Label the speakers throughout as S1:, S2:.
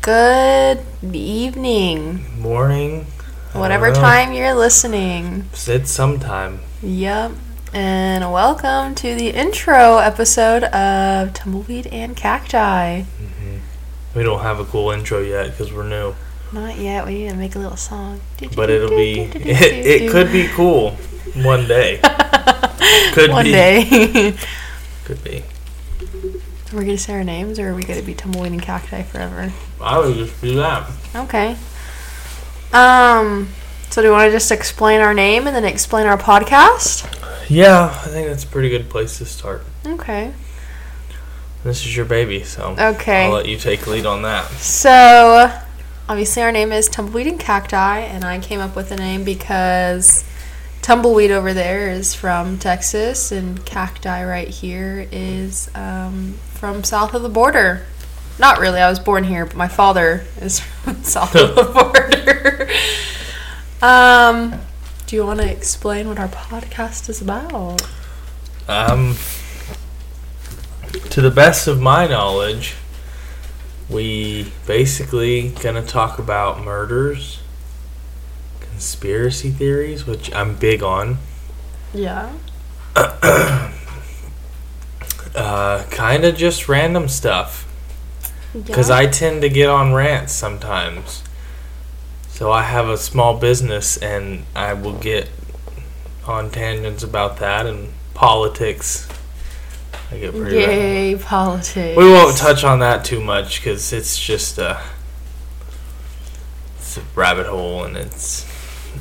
S1: Good evening.
S2: Morning. I
S1: Whatever
S2: don't know.
S1: time you're listening.
S2: It's sometime.
S1: Yep. And welcome to the intro episode of Tumbleweed and Cacti.
S2: We don't have a cool intro yet because we're new,
S1: Not yet. We need to make a little song.
S2: but it'll be. It, it could be cool one day. Could
S1: One
S2: be.
S1: day.
S2: Could be.
S1: We're going to say our names or are we going to be Tumbleweed and Cacti forever?
S2: I would just do that.
S1: Okay. Um. So do you want to just explain our name and then explain our podcast?
S2: Yeah, I think that's a pretty good place to start.
S1: Okay.
S2: This is your baby, so
S1: Okay.
S2: I'll let you take lead on that.
S1: So, obviously, our name is Tumbleweed and Cacti, and I came up with the name because Tumbleweed over there is from Texas, and Cacti right here is um, from south of the border. Not really, I was born here, but my father is from south of the border. um, do you want to explain what our podcast is about?
S2: Um, to the best of my knowledge, we basically gonna talk about murders, conspiracy theories, which I'm big on.
S1: Yeah.
S2: Uh, kind of just random stuff because
S1: yeah.
S2: I tend to get on rants sometimes. So I have a small business and I will get on tangents about that and politics. I get pretty ra-
S1: Yay, politics.
S2: We won't touch on that too much because it's just a, it's a rabbit hole and it's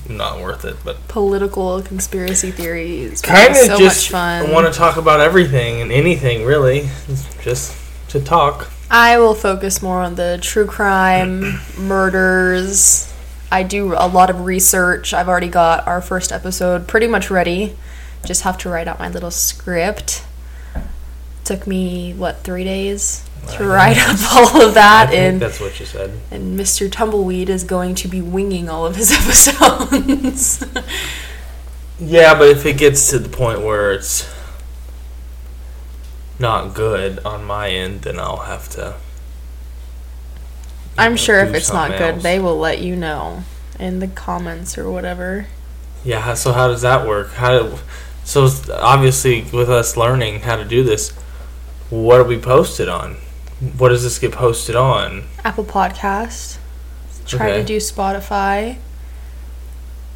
S2: not worth it. But
S1: political conspiracy theories. which
S2: kind
S1: is
S2: of
S1: so
S2: just
S1: much fun.
S2: want to talk about everything and anything really, It's just to talk.
S1: I will focus more on the true crime, murders. I do a lot of research. I've already got our first episode pretty much ready. Just have to write out my little script. Took me what three days to write up all of
S2: I
S1: that,
S2: think
S1: and
S2: that's what you said.
S1: and Mr. Tumbleweed is going to be winging all of his episodes.
S2: Yeah, but if it gets to the point where it's not good on my end, then I'll have to.
S1: I'm sure if
S2: do
S1: it's not
S2: something
S1: good,
S2: else.
S1: they will let you know in the comments or whatever.
S2: Yeah. how- So how does that work? How? Do, so it's obviously, with us learning how to do this, what do we post it on? What does this get posted on?
S1: Apple Podcast. Try to
S2: Okay.
S1: do Spotify.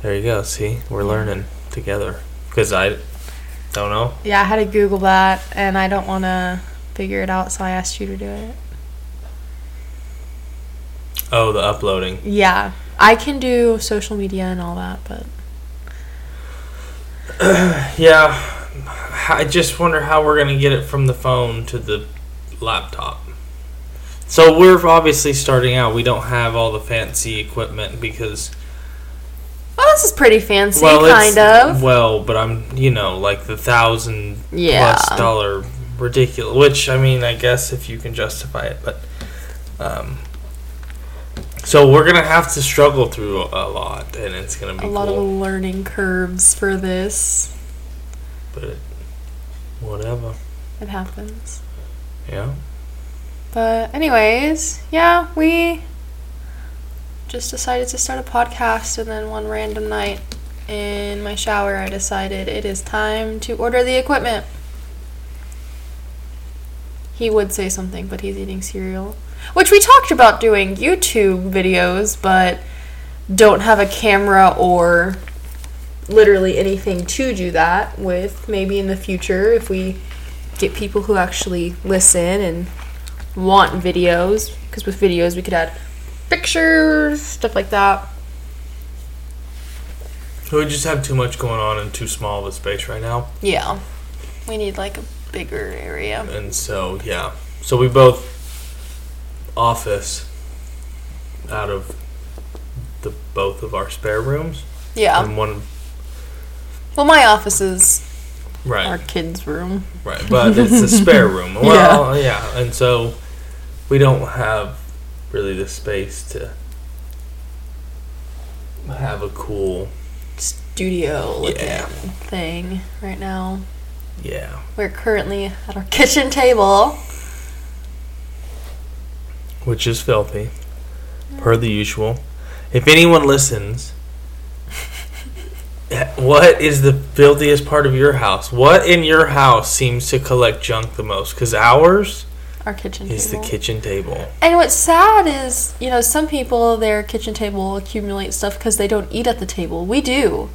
S2: There you go. See, we're learning together. Because I don't know.
S1: Yeah, I had to Google that, and I don't want to figure it out, so I asked you to do it.
S2: Oh, the uploading.
S1: Yeah, I can do social media and all that, but
S2: Yeah. I just wonder how we're gonna get it from the phone to the laptop. So we're obviously starting out. We don't have all the fancy equipment because
S1: well, this is pretty fancy,
S2: well, it's,
S1: kind of.
S2: Well, but I'm you know like the thousand
S1: Yeah.
S2: plus dollar ridiculous. Which I mean, I guess if you can justify it, but um, so we're gonna have to struggle through a lot, and it's gonna be
S1: A lot of
S2: cool,
S1: learning curves for this.
S2: but it, whatever.
S1: It happens.
S2: Yeah,
S1: But anyways, yeah, we just decided to start a podcast and then one random night in my shower I decided it is time to order the equipment. He would say something, but he's eating cereal, which we talked about doing YouTube videos, but don't have a camera or literally anything to do that with. Maybe in the future if we get people who actually listen and want videos because with videos we could add pictures stuff like that
S2: so we just have too much going on and too small of a space right now,
S1: yeah we need like a bigger area
S2: and so yeah, so we both office out of the both of our spare rooms
S1: yeah
S2: and one
S1: well my office is
S2: right
S1: our kids room
S2: Right, but it's the spare room. Well, yeah. and so we don't have really the space to have a cool,
S1: studio looking
S2: Yeah.
S1: thing right now
S2: yeah.
S1: we're currently at our kitchen table
S2: Which is filthy. per the usual. If anyone listens, eh, what is the filthiest part of your house? What in your house seems to collect junk the most? Because ours
S1: Our kitchen
S2: is the
S1: table.
S2: kitchen table.
S1: And what's sad is, you know, some people their kitchen table will accumulate stuff because they don't eat at the table. We do.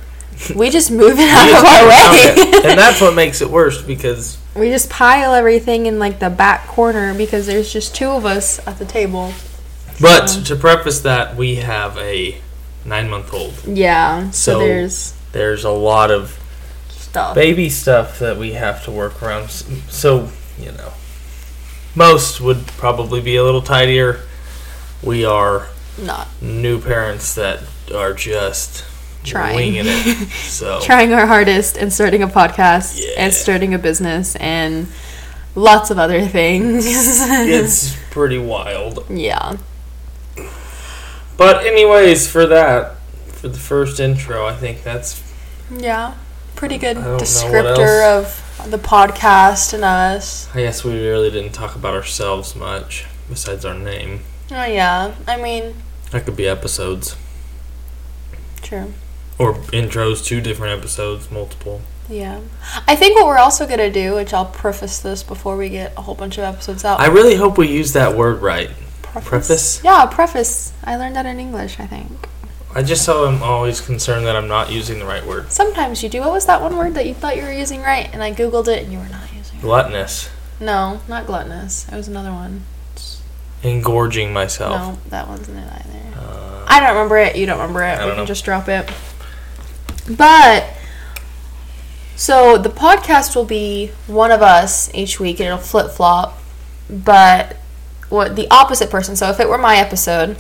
S1: We just move it out of our
S2: Okay.
S1: way.
S2: and that's what makes it worse because
S1: we just pile everything in like the back corner because there's just two of us at the table.
S2: But
S1: Um,
S2: to preface that, we have a nine month old.
S1: Yeah. So,
S2: So-
S1: there's
S2: There's a lot of
S1: stuff.
S2: baby stuff that we have to work around. S- So, you know, most would probably be a little tidier. We are
S1: Not
S2: new parents that are just
S1: Trying.
S2: winging it. So,
S1: trying our hardest and starting a podcast
S2: Yeah.
S1: and starting a business and lots of other things.
S2: it's pretty wild.
S1: yeah.
S2: But, anyways, for that, for the first intro, I think that's
S1: Yeah. Pretty good
S2: I don't know what
S1: descriptor of the podcast and us.
S2: I guess we really didn't talk about ourselves much besides our name.
S1: Oh yeah. I mean,
S2: That could be episodes.
S1: true.
S2: or intros to different episodes, multiple.
S1: Yeah. I think what we're also going to do, which I'll preface this before we get a whole bunch of episodes out.
S2: I really hope we use that word right. preface?
S1: Yeah, preface. I learned that in English, I think.
S2: I just so I'm always concerned that I'm not using the right word.
S1: Sometimes you do. What was that one word that you thought you were using right? And I googled it and you were not using it.
S2: Gluttonous,
S1: No, not gluttonous. It was another one.
S2: engorging myself.
S1: No, that wasn't it either.
S2: Uh,
S1: I don't remember it. You don't remember it.
S2: I
S1: we
S2: don't
S1: can
S2: know.
S1: just drop it. But so the podcast will be one of us each week, and it'll flip flop. But what the opposite person? So if it were my episode,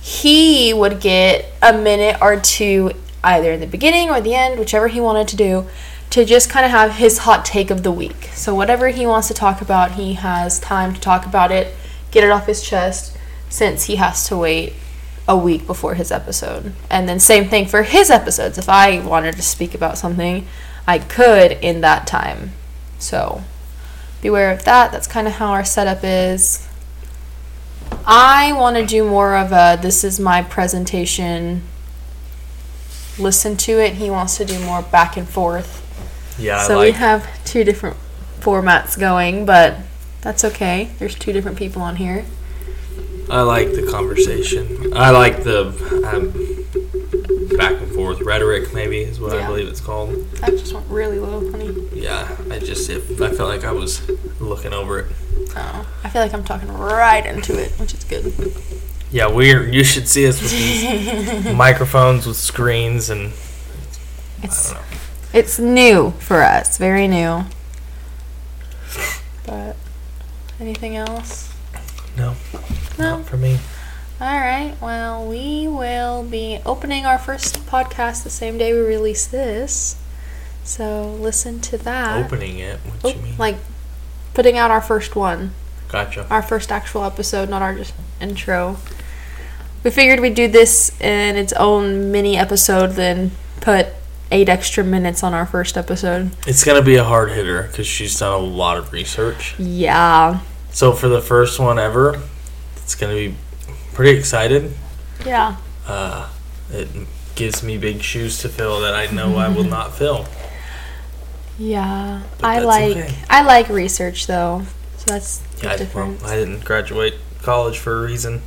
S1: he would get a minute or two, either in the beginning or the end, whichever he wanted to do, to just kind of have his hot take of the week. So whatever he wants to talk about, he has time to talk about it, get it off his chest, since he has to wait a week before his episode. And then same thing for his episodes. If I wanted to speak about something, I could in that time. So beware of that. That's kind of how our setup is. I want to do more of a this is my presentation. Listen to it. He wants to do more back and forth.
S2: yeah, I
S1: so we
S2: like.
S1: have two different formats going, but that's okay. There's two different people on here.
S2: I like the conversation. I like the um, back and forth rhetoric. Maybe is what I
S1: Yeah.
S2: believe it's called.
S1: I just went really low, honey.
S2: Yeah, I just it, I felt like I was looking over it.
S1: Oh, I feel like I'm talking right into it, which is good.
S2: Yeah, we're you should see us with these microphones with screens and I
S1: It's
S2: don't know.
S1: it's new for us, very new. But anything else?
S2: No,
S1: No.
S2: not for me.
S1: All right. Well, we will be opening our first podcast the same day we release this. So listen to that.
S2: Opening it. What
S1: Oh,
S2: you mean?
S1: like putting out our first one,
S2: Gotcha.
S1: our first actual episode, not our just intro. We figured we'd do this in its own mini episode, then put eight extra minutes on our first episode.
S2: It's gonna be a hard hitter because she's done a lot of research.
S1: Yeah.
S2: So for the first one ever, it's gonna be pretty excited.
S1: Yeah.
S2: Uh, it gives me big shoes to fill that I know I will not fill.
S1: Yeah.
S2: But
S1: I
S2: that's
S1: like
S2: okay.
S1: I like research though. So that's the
S2: Yeah, I, well,
S1: difference.
S2: I didn't graduate college for a reason.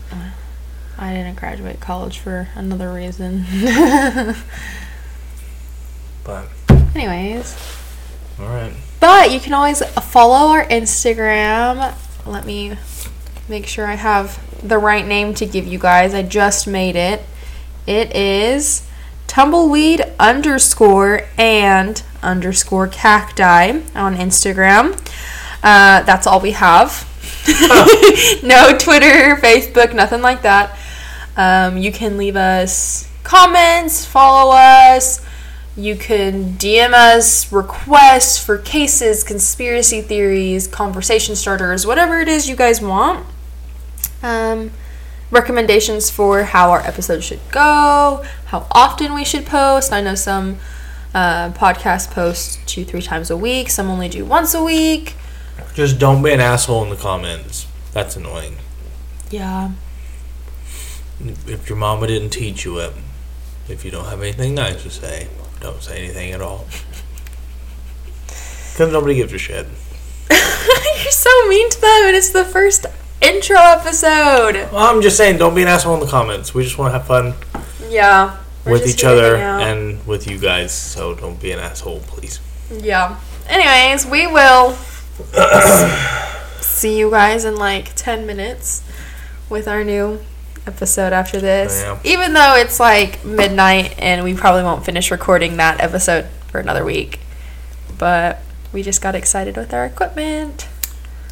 S1: I didn't graduate college for another reason.
S2: But
S1: Anyways,
S2: all right,
S1: but you can always follow our Instagram. Let me make sure I have the right name to give you guys. I just made it. It is tumbleweed underscore and underscore cacti on Instagram. Uh, that's all we have. no Twitter, Facebook, nothing like that. Um, you can leave us comments, follow us. You can DM us requests for cases, conspiracy theories, conversation starters, whatever it is you guys want. Um, recommendations for how our episodes should go, how often we should post. I know some uh, podcasts post two, three times a week, some only do once a week.
S2: just don't be an asshole in the comments. That's annoying.
S1: Yeah.
S2: If your mama didn't teach you it, if you don't have anything nice to say, don't say anything at all. Because nobody gives a shit.
S1: You're so mean to them, and it's the first intro episode.
S2: I'm just saying, don't be an asshole in the comments. We just want to have fun
S1: Yeah. we're
S2: with
S1: just
S2: each
S1: here to
S2: other
S1: hang out.
S2: and with you guys. So don't be an asshole, please.
S1: Yeah. Anyways, we will see you guys in like 10 minutes with our new episode after this.
S2: Oh, Yeah.
S1: Even though it's like midnight and we probably won't finish recording that episode for another week. But we just got excited with our equipment.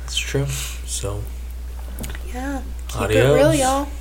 S2: It's true. So,
S1: Yeah. Keep it
S2: Adios.
S1: real, y'all.